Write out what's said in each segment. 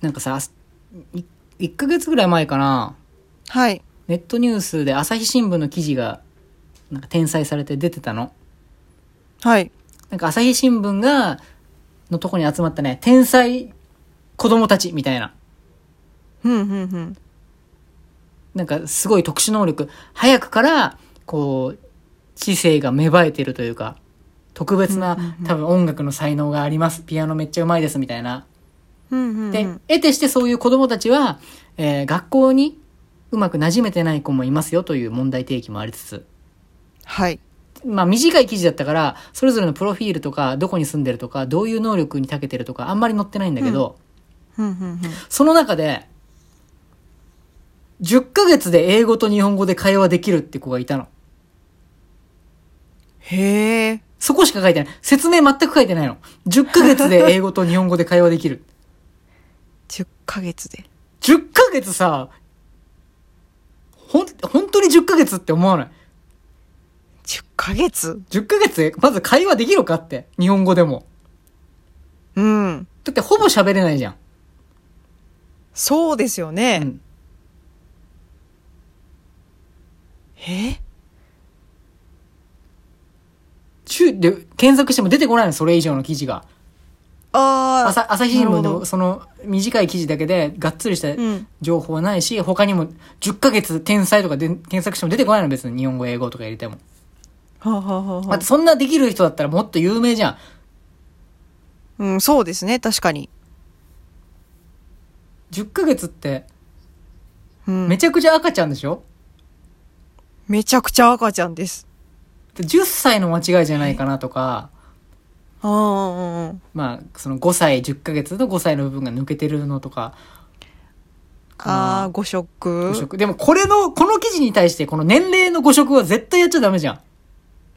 なんかさ、い1ヶ月ぐらい前かな、はい。ネットニュースで朝日新聞の記事が、なんか転載されて出てたの。はい。なんか朝日新聞が、のとこに集まったね、天才子供たちみたいな。ふんふんふん。なんかすごい特殊能力。早くから、こう、知性が芽生えてるというか、特別うんうんなうん多分音楽の才能があります。ピアノめっちゃうまいですみたいな。ふんふんふん。で、得てしてそういう子供たちは、えー学校にうまく馴染めてない子もいますよという問題提起もありつつ。はい。まあ短い記事だったから、それぞれのプロフィールとか、どこに住んでるとか、どういう能力に長けてるとか、あんまり載ってないんだけど、ふんふんふん。その中で、10ヶ月で英語と日本語で会話できるって子がいたの。へえ。そこしか書いてない。説明全く書いてないの。10ヶ月で英語と日本語で会話できる。 10ヶ月で。 10ヶ月さ、ほん、本当に10ヶ月って思わない。 10ヶ月10ヶ月でまず会話できるかって。日本語でも。うん。だってほぼ喋れないじゃん。そうですよね。うんえ中で検索しても出てこないの、それ以上の記事が。ああ。朝朝日新聞なるほのどその短い記事だけでがっつりしたうん。情報はないし、他にも10ヶ月天才とかで検索しても出てこないの別に日本語英語とか入れても。はあ、はあはあまはあそんなできる人だったらもっと有名じゃん。あ、うん、そうですね。確かに。 10ヶ月ってうん。めちゃくちゃ赤ちゃんでしょ、めちゃくちゃ赤ちゃんです。で ?10 歳の間違いじゃないかなとか、ああ、うん。まあその5歳、10ヶ月の5歳の部分が抜けてるのとか、ああ、誤食。誤植でもこれの、この記事に対してこの年齢の誤植は絶対やっちゃダメじゃん。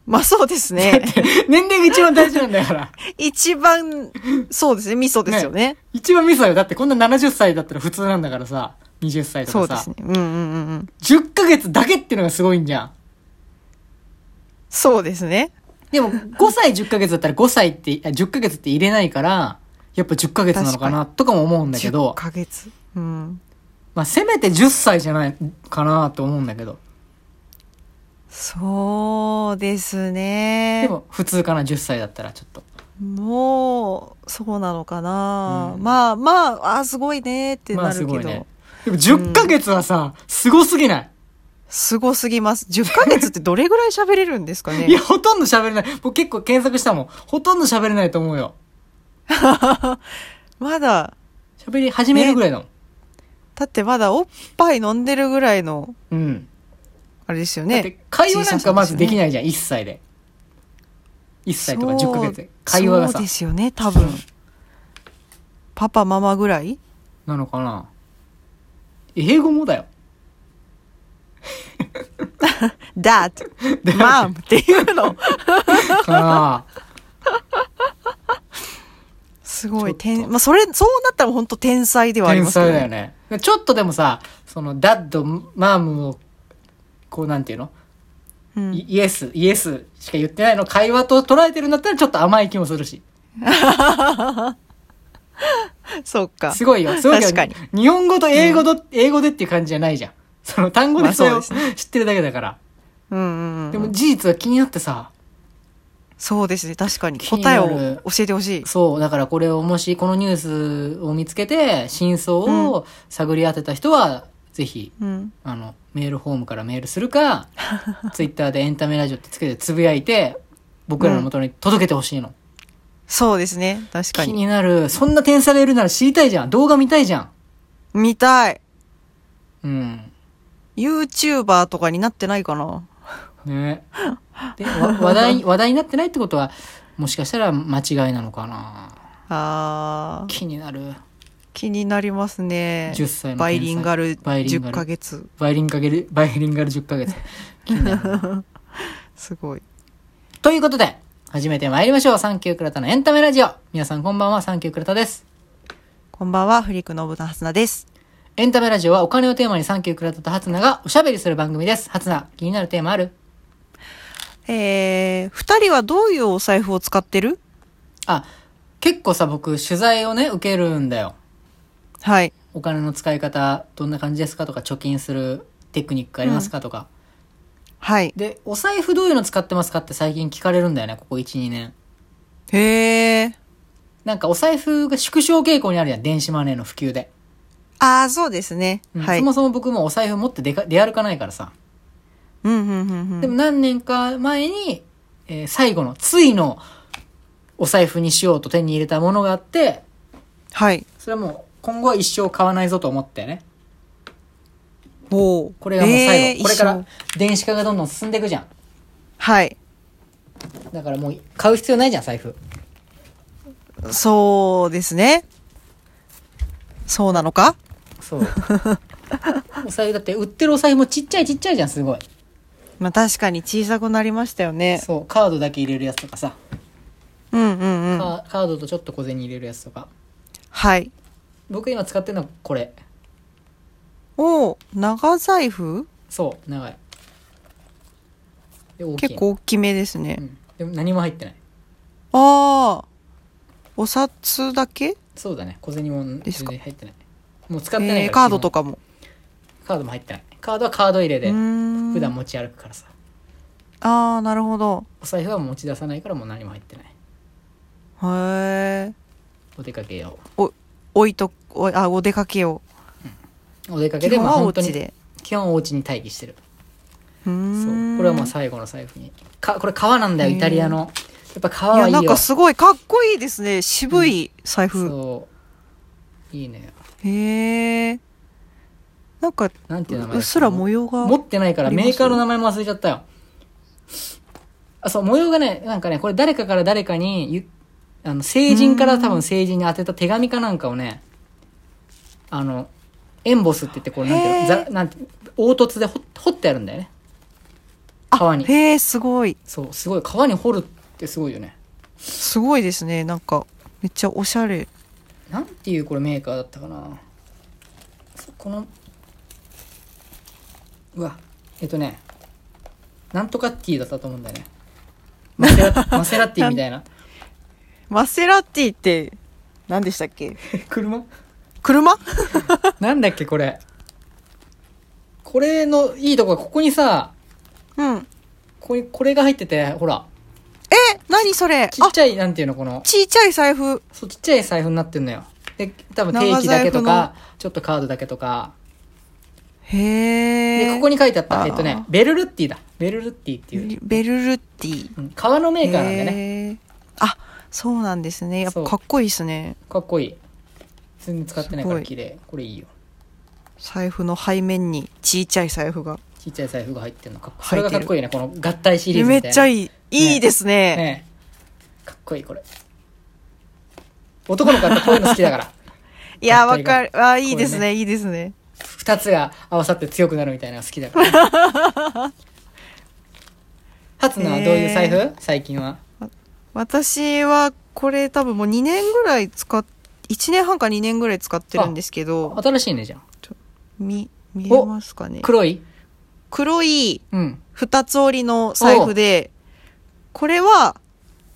まあそうですね。年齢が一番大事なんだから。 一番、そうですね。ミソですよね。一番ミスだよ。だってこんな70歳だったら普通なんだからさ。20歳とそうでかさ。すね。うんうんうんうん。 10ヶ月だけっていうのがすごいんじゃん。そうですね。でも5歳10ヶ月だったら5歳って、あ10ヶ月って入れないから、やっぱ10ヶ月なのかなとかも思うんだけ10ど、ヶ月。うん。まあせめて10歳じゃないかなと思うんだけど。そうですね。でも普通かな、10歳だったらちょっと。もう、そうなのかな、うんまあまあ、あーすごいねってまなあるけすど、ごいね。でも10ヶ月はさ、すごすぎないすごすぎます。10ヶ月ってどれぐらい喋れるんですかねいや、ほとんど喋れない。僕結構検索したもん。ほとんど喋れないと思うよ。 まだ、喋り始めるぐらいだもん。だってまだおっぱい飲んでるぐらいの、うん。あれですよだってね。会話なんかまずできないじゃん、1歳で。1歳とか10ヶ月で。会話がそさうで、すよね、多分。パパ、ママぐらいなのかな。英語 もだよ。 ?dad, mom ってい うの。かな。すごちょっい、と天、まあそれ、そうなったら本当天才ではあり天ますけど才ねだよね。ちょっとでもさ、その、ダッド、マームを、こうなんていうの、うんイイエス、イエスしか言ってないの会話と捉えてるんだったらちょっと甘い気もするし。そうか。すごいよ。すごいけど確か日本語と英語と、英語でっていう感じじゃないじゃん。その単語まであそれそうをです知ってるだけだから。うんうんうん。でも事実は気になってさ、そうですね、確かに。気に答えなるを教えてほしい。そう、だからこれをもしこのニュースを見つけて、真相を探り当てた人は、ぜひ、うん。あの、メールフォームからメールする か、ツイッターでエンタメラジオってつけてつぶやいて、僕らの元に届けてほしいの。そうですね、確か気に。になる。そんな天才がいるなら知りたいじゃん。動画見たいじゃん。見たい。うん。 YouTuber とかになってないかな。ね。で、わ 話題、話題になってないってことは、もしかしたら間違いなのかな。あー、気になる。気になりますね。 10歳の天才バイリンガルバイリンガ10ルヶ月。バイリンガル、バイリンガル10ヶ月。気になるな。 すごい。 ということで、始めてまいりましょう。サンキュークラタのエンタメラジオ。皆さんこんばんは、サンキュークラタです。こんばんは、フリークのぶなはすなです。エンタメラジオはお金をテーマにサンキュークラタとハツナがおしゃべりする番組です。ハツナ、気になるテーマあるえー、二人はどういうお財布を使ってるあ、結構さ、僕、取材をね、受けるんだよ。はい。お金の使い方どんな感じですかとか貯金するテクニックありますかとか、はい。でお財布どういうの使ってますかって最近聞かれるんだよねここ12年へえ。なんかお財布が縮小傾向にあるやん電子マネーの普及で、ああ、そうですね。うんはい。そうもんそも僕もお財布持って出か出歩かないからさ、うんうんでうもん。何年か前に、えー最後のついのお財布にしようと手に入れたものがあってはい。それはもう今後は一生買わないぞと思ってねおこれがもう最後、えーこれか一ら緒電子化がどんどん進んでいくじゃんはい。だからもう買う必要ないじゃん財布そうですね。そうなのか そうお財布だって売ってるお財布もちっちゃいちっちゃいじゃんすごいまあ確かに小さくなりましたよね。そうカードだけ入れるやつとかさ、うんうんうん。カーカードとちょっと小銭入れるやつとかはい。僕今使ってるのはこれおお、長財布そう長いで大きい結構大きめですねう。ん、でも何も入ってないああ、お札だけそうだね小銭もです全か然入ってないもう使ってないから、えー、カードとかかも。カードも入ってないカードはカード入れうーでん普段持ち歩くからさああ、なるほど。お財布は持ち出さないからもう何も入ってないへえ。お出かけ用置いと、おいあ、お出かけを。お出かけ基で本もはお本当家にで。基本お家に待機してるうーそん。うこれはもう最後の財布にかこれ革なんだよへーイタリアのやっぱ革はいや、いいなよんかすごいかっこいいですね。渋い財布。そういいねへえ。なんか、なんていう名前だうっすら模様が。持ってないからありまメすーカーの名前も忘れちゃったよあそう模様がねなんかねこれ誰かから誰かにゆあの成人から多分成人に宛てた手紙かなんかをねあのエンボスって言ってこうなんていうのへーざなんて凹凸で掘掘ってあるんだよね革にへえ、すごい。そうすごい革に掘るってすごいよねすごいですね。なんか、めっちゃおしゃれ。なんていうこれメーカーだったかなそこのうわえっとねなんとかティーだったと思うんだよねマセ ラマセラティみたいなマセラティって、何でしたっけ車車なんだっけこれこれのいいとこはここにさうん。ここにこれが入っててほらえ、何それちあっ、ちゃいなんていうのこのちっちゃい財布。そうちっちゃい財布になってんのよで多分定期だけと長財かちょっとカードだけとかへえ。でここに書いてあったあーえっとねベルルッティだベルルッティっていうベルルッティ。うん革のメーカーなんでねね。あ、そうなんですね。やっぱそうかっこいいですね。かっこいい全然使ってないかすらごい綺麗これいいよ財布の背面にちっちゃい財布が。ちっちゃい財布が入ってるのかっこそ入れってがかるっこいいねこの合体シリーズめみたいなっちゃいいい。いいですね。ねえかっこいいこれ男の子ってこういうの好きだ からいや、わ合体がかる。あ、いいですこうね。いいですね。二つが合わさって強くなるみたいなのが好きだから初菜はどういう財布、へ最近は私はこれ多分もう2年ぐらい使っ、1年半か2年ぐらい使ってるんですけど、新しいねじゃんみ、見えますかね。黒い黒いうん二つ折りの財布で、これは、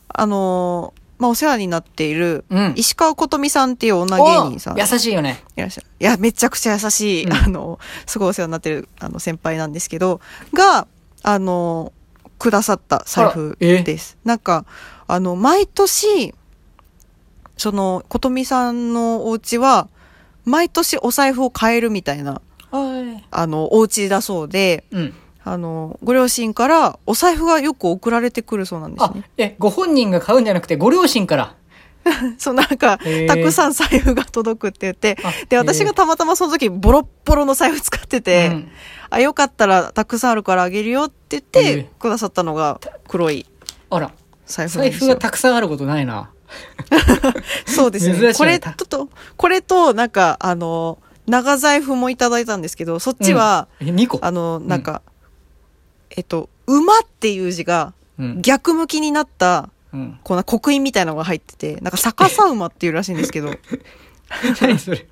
あのーまあ、お世話になっている、うん石川琴美さんっていう女芸人さんお優しいよねいらっしゃる。いや、めちゃくちゃ優しい、うんあの、すごいお世話になってる、あの、先輩なんですけど、が、あの、くださった財布あらえです。なんか、あの、毎年、その、ことみさんのお家は、毎年お財布を変えるみたいな、はあの、お家だそうで、いうんあの、ご両親からお財布がよく送られてくるそうなんですあね。えご本人が買うんじゃなくてご両親から そう、なんか、へーたくさん財布が届くって言って、あで、私がたまたまその時、ボロッボロの財布使ってへて、ーうんあ、よかったらたくさんあるからあげるよって言っえてえくださったのが黒いあら財布なん財です布よが。たくさんあることないな。そうです珍しいねね。これと、これと、なんか、あの、長財布もいただいたんですけど、そっちは、え、2個あの、なんか、えっと、馬っていう字がうん。逆向きになった、うん。 こんな刻印みたいなのが入ってて、なんか逆さ馬っていうらしいんですけど、何それ。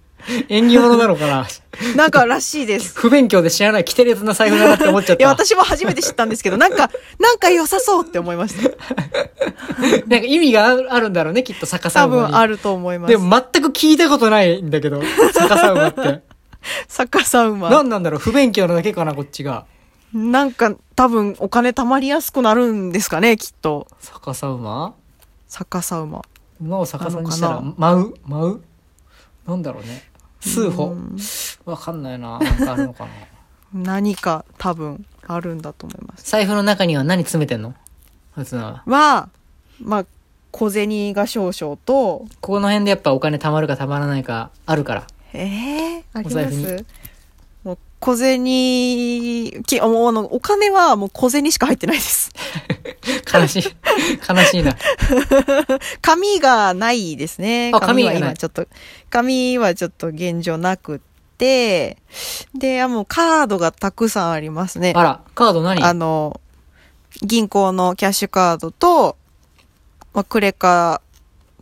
縁起物なのかななんからしいです。不勉強で知らない、キテレツな財布だなって思っちゃっいや、た。私も初めて知ったんですけど、なんか、なんか良さそうって思いました。なんか意味があるあるんだろうね、きっと逆さ多馬に。分あると思います。でも全く聞いたことないんだ けど、逆さ馬って。逆さ馬。何なんだろう、不勉強なだけかな、こっちが。なんか、多分お金貯まりやすくなるんですかね、きっと。逆さ馬逆さ馬。馬を逆さにしたならの舞う舞うなんだろうね数う歩んわかんないななんかあるの かな何か多分あるんだと思います。財布の中には何詰めてんのあいつなは、まあ、小銭が少々と、ここの辺でやっぱお金貯まるか貯まらないかあるからええありお財ま布すもう小銭、きもうあのお金はもう小銭しか入ってないです。 悲しい悲しいな紙がないですね。あ紙がはない今ちょっと、紙はちょっと現状なくって、で、あもうカードがたくさんありますね。あらカード何あの、銀行のキャッシュカードと、まあ、クレカ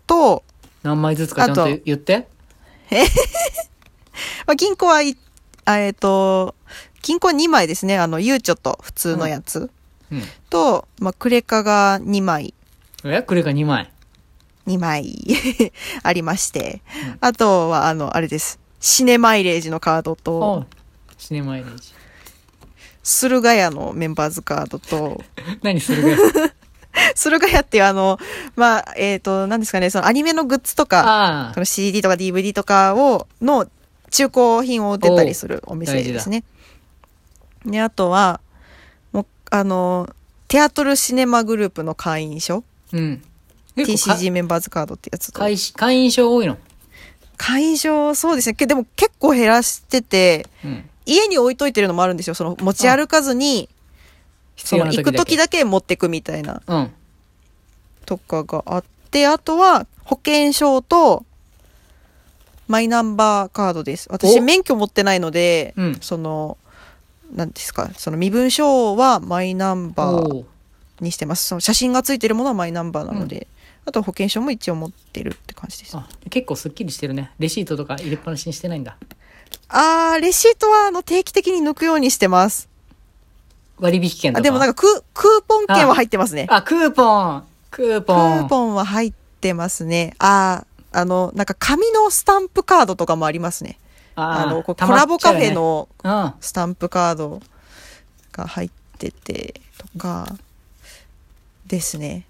と、何枚ずつかちゃんあとと言ってまあ、銀行はい、あえっ、と、銀行2枚ですね。あの、ゆうちょと普通のやつ。うんと、まあ、クレカが2枚、えクレカ2枚2枚 ありまして、あとは、あの、あれです。シネマイレージのカードおと、うシネマイレージ駿河屋のメンバーズカー ドと、何する か駿河屋っていうあの、まあ、えっ、と、何ですかね、そのアニメのグッズとか、あそあの CD とか DVD とかを、の中古品を売ってたりするお店ですね。で、あとは、もう、あの、テアトルシネマグループの会員証、うん結構か TCG メンバーズカードってやつと。会し会員証多いの会場、そうですね。けでも結構減らしてて、うん家に置いといてるのもあるんですよ。その持ち歩かずに、必そ要のな行時くだけ時だけ持ってくみたいなうんとかがあって、あとは保険証とマイナンバーカードです。私お免許持ってないので、うんその、なんですか、その身分証はマイナンバーおうにしてます。その写真がついてるものはマイナンバーなので、あとは保険証も一応持ってるって感じです。あ結構すっきりしてるねレシートとか入れっぱなしにしてないんだあー、レシートはあの定期的に抜くようにしてます。割引券とかあでもなんかククーポン券は入ってますね。あクーポンクークポンーポンは入ってますね。ああ、あの、なんか紙のスタンプカードとかもありますね。あーの、こうたコまラっボちゃカうフよェのねうんスタンプカードが入ってて、とか、ですね。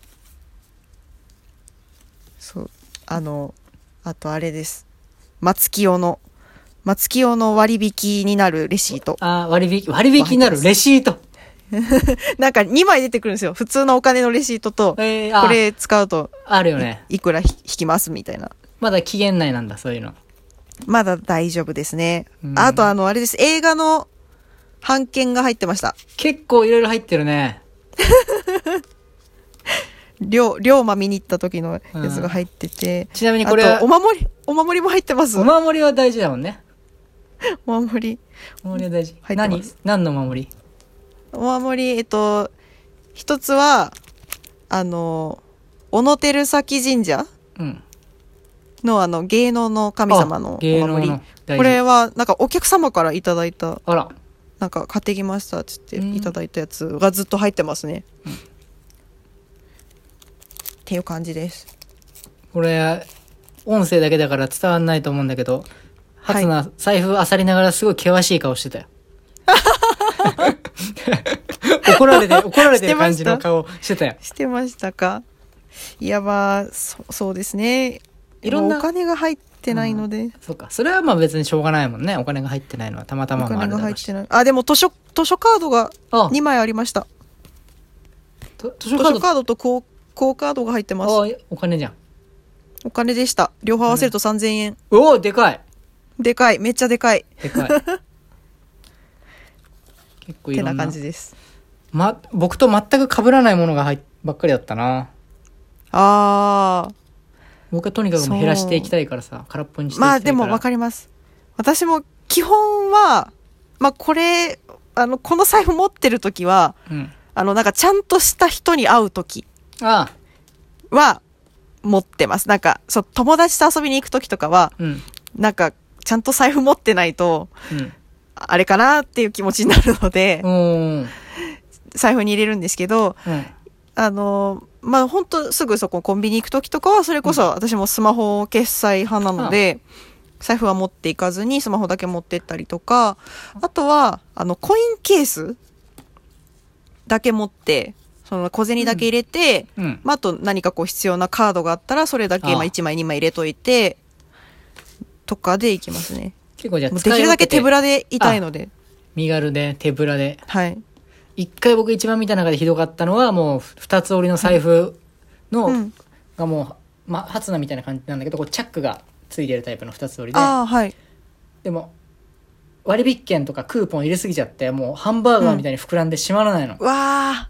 そう、あの、あとあれです。松清の、松清の割引になるレシート。あー割引割引になるレシート なんか2枚出てくるんですよ。普通のお金のレシートと、えー、あこれ使うとあるよねいくらひ引きますみたいな。まだ期限内なんだそういうのまだ大丈夫ですね。うんあとあの、あれです。映画の版権が入ってました。結構いろいろ入ってるねりょう、りょうま見に行った時のやつが入ってて。ちなみにこれはあと、お守り、お守りも入ってます。おお守りは大事だもんね守り。お守りは大事入ってま何す何の守りお守り、えっと、一つは、あの、小野照崎神社うんのあの、芸能の神様のあ芸お能の守り。大事これは、なんかお客様からいただいた、あらなんか買ってきましたって言うんっていただいたやつがずっと入ってますね。っていう感じです。これ音声だけだから伝わんないと思うんだけどはい初菜財布あさりながらすごい険しい顔してたよ 怒られて怒られてる感じの顔してたよしてましたかいやまあそそうですねいろんなもうお金が入ってないので、そうか。それはまあ別にしょうがないもんね。お金が入ってないのはたまたおまもあ金るだがろ入うっし。てないあでも図書図書カードがあ、 2枚ありましたと図書図カー書ドカードとクオクオカードが入ってますあ、お金じゃん。お金でした両方合わせると3000円、うおでかいでかいめっちゃでかいで かい。結構っいてろんなな感じですま、僕と全く被らないものが入っばっかりだったな。あ僕はとにかくもう減らしていきたいからさ、空っぽにしてーいきまたあいかでら。もわかります私も基本はまあこれあのこの財布持ってる時はうん。あのなんかちゃんとした人に会う時あは持ってます。なんか、そう、友達と遊びに行くときとかは、うん。なんか、ちゃんと財布持ってないと、うん。あれかなっていう気持ちになるので、うん。うん。財布に入れるんですけど、あの、まあ、ほんとすぐそこコンビニ行く時とかは、それこそ私もスマホ決済派なので、財布は持っていかずにスマホだけ持ってったりとか、あとは、あの、コインケースだけ持って、その小銭だけ入れて、うん。まあ、あと何かこう必要なカードがあったら、それだけああまあ1枚2枚入れといて、とかでいきますね。結構じゃもあうで使きいる分だけけて手ぶらでいたいので。身軽で手ぶらではい。一回僕一番見た中でひどかったのはもう二つ折りの財布の、うん。がもう、まあ、ハツナみたいな感じなんだけどこうチャックがついてるタイプの二つ折りでああ、はい。でも割引券とかクーポン入れすぎちゃってもうハンバーガーみたいに膨らんでしまらないの、わあ、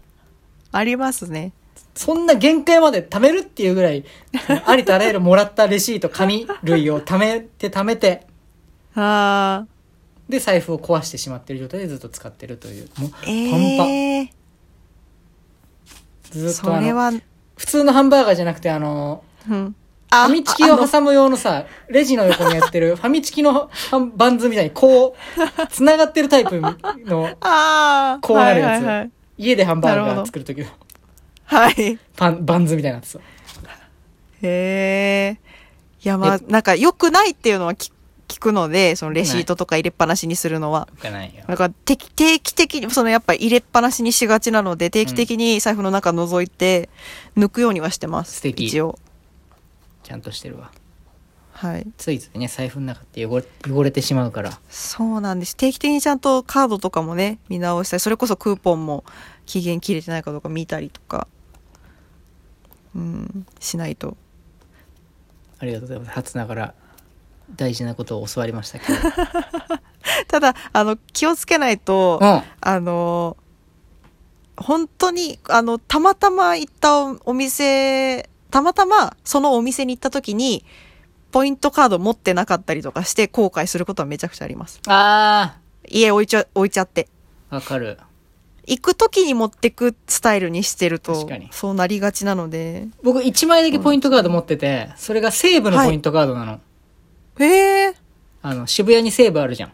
ありますね。そんな限界まで貯めるっていうぐらいありとあらゆるもらったレシート紙類を貯めて貯めてああ、で財布を壊してしまってる状態でずっと使ってるというもうええずっとそあれのは、普通のハンバーガーじゃなくてあのうん。フあァミチキあをの挟む用のさ、レジの横にやって るファミチキのハンバンズみたいにこう、繋がってるタイプの、ああ、こうなるやつはいはい家でハンバーなるほガーど作るときのはい。はいパン、バンズみたいなやつ。へえ。いや、まあ、なんか良くないっていうのは聞聞くので、そのレシートとか入れっぱなしにするのは。置かないよ。なんか定期定期的に、そのやっぱ入れっぱなしにしがちなので、定期的に財布の中覗いて、抜くようにはしてます。素敵一応。ちゃんとしてるわ。はい。ついついね、財布の中って汚れ汚れてしまうから。そうなんです。定期的にちゃんとカードとかもね、見直したり、それこそクーポンも期限切れてないかどうか見たりとか、うん、しないと。ありがとうございます。初ながら大事なことを教わりました けど。ただ、あの、気をつけないと、うん。あの、本当に、あの、たまたま行ったおお店、たまたまそのお店に行った時に、ポイントカード持ってなかったりとかして後悔することはめちゃくちゃあります。あ家置いちゃ、置いちゃって。ー、わかる。行く時に持ってくスタイルにしてる確とかに、そうなりがちなので。僕1枚だけポイントカード持ってて、それが西武のポイントカードなの。へえ。あの、渋谷に西武あるじゃん。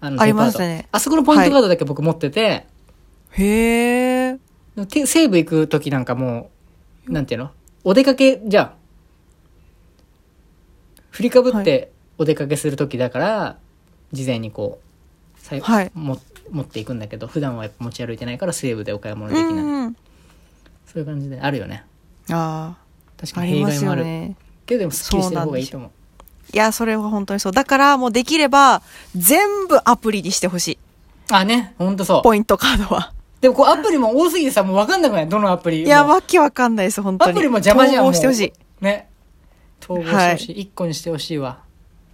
あのありますねあそこのポイントカードだけ僕持ってて、へえ。でもて西部行く時なんかもう、なんていうのお出かけ、じゃあ、振りかぶっはてお出かけする時だから、事前にこう、さいはいも持っていくんだけど、普段はやっぱ持ち歩いてないから西部でお買い物うできない。んうん。そういう感じであるよね。あ確あ、かあにり弊ま害すもよある。ね。けどでもスッキリしてる方がいいと思う。いや、それは本当にそう。だからもうできれば、全部アプリにしてほしい。あ、ね。ほんとそう。ポイントカードは。でもこうアプリも多すぎてさ、もうわかんなくないどのアプリも。いや、わけわかんないです、本当に。アプリも邪魔じゃん。統も合うしてほしい。。ね。統合してほしい。一、個にしてほしいわ。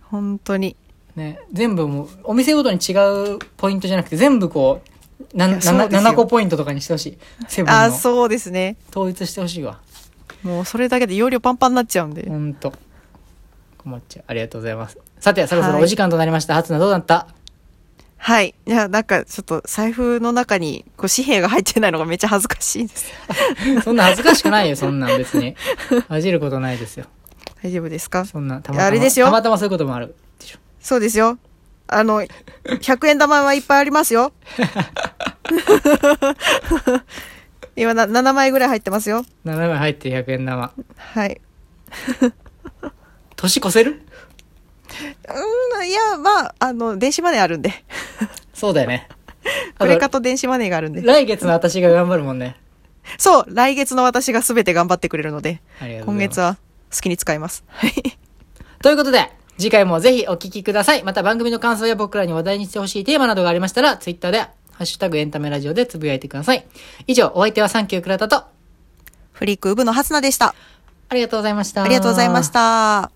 本当に。ね、全部もうお店ごとに違うポイントじゃなくて全部こうないやそうですよ 7, 7個ポイントとかにしてほしいセブンあーのそうですね。統一してほしいわもうそれだけで容量パンパンになっちゃうんで。ほんと困っちゃうありがとうございますさてそろそろはいお時間となりました、初菜どうだったはい。いや、なんかちょっと財布の中にこう紙幣が入ってないのがめっちゃ恥ずかしいです。 そんな恥ずかしくないよそんなん別に恥じることないですよ大丈夫ですかそんなたまたまあれですよたまたまそういうこともあるでしょそうですよ。あの、100円玉はいっぱいありますよ。 今な、7枚ぐらい入ってますよ。 7枚入ってる100円玉はい。年越せるうん、いや、まあ、あの、電子マネーあるんで。そうだよねプレカあとと電子マネーがあるんで。来月の私が頑張るもんねそう、来月の私が全て頑張ってくれるので、ありがとうございます今月は好きに使います。はい。ということで、次回もぜひお聞きください。また番組の感想や僕らに話題にしてほしいテーマなどがありましたら、ツイッターで、ハッシュタグエンタメラジオでつぶやいてください。以上、お相手はサンキュー倉田と、フリークウブのハスナでした。ありがとうございました。ありがとうございまし。た。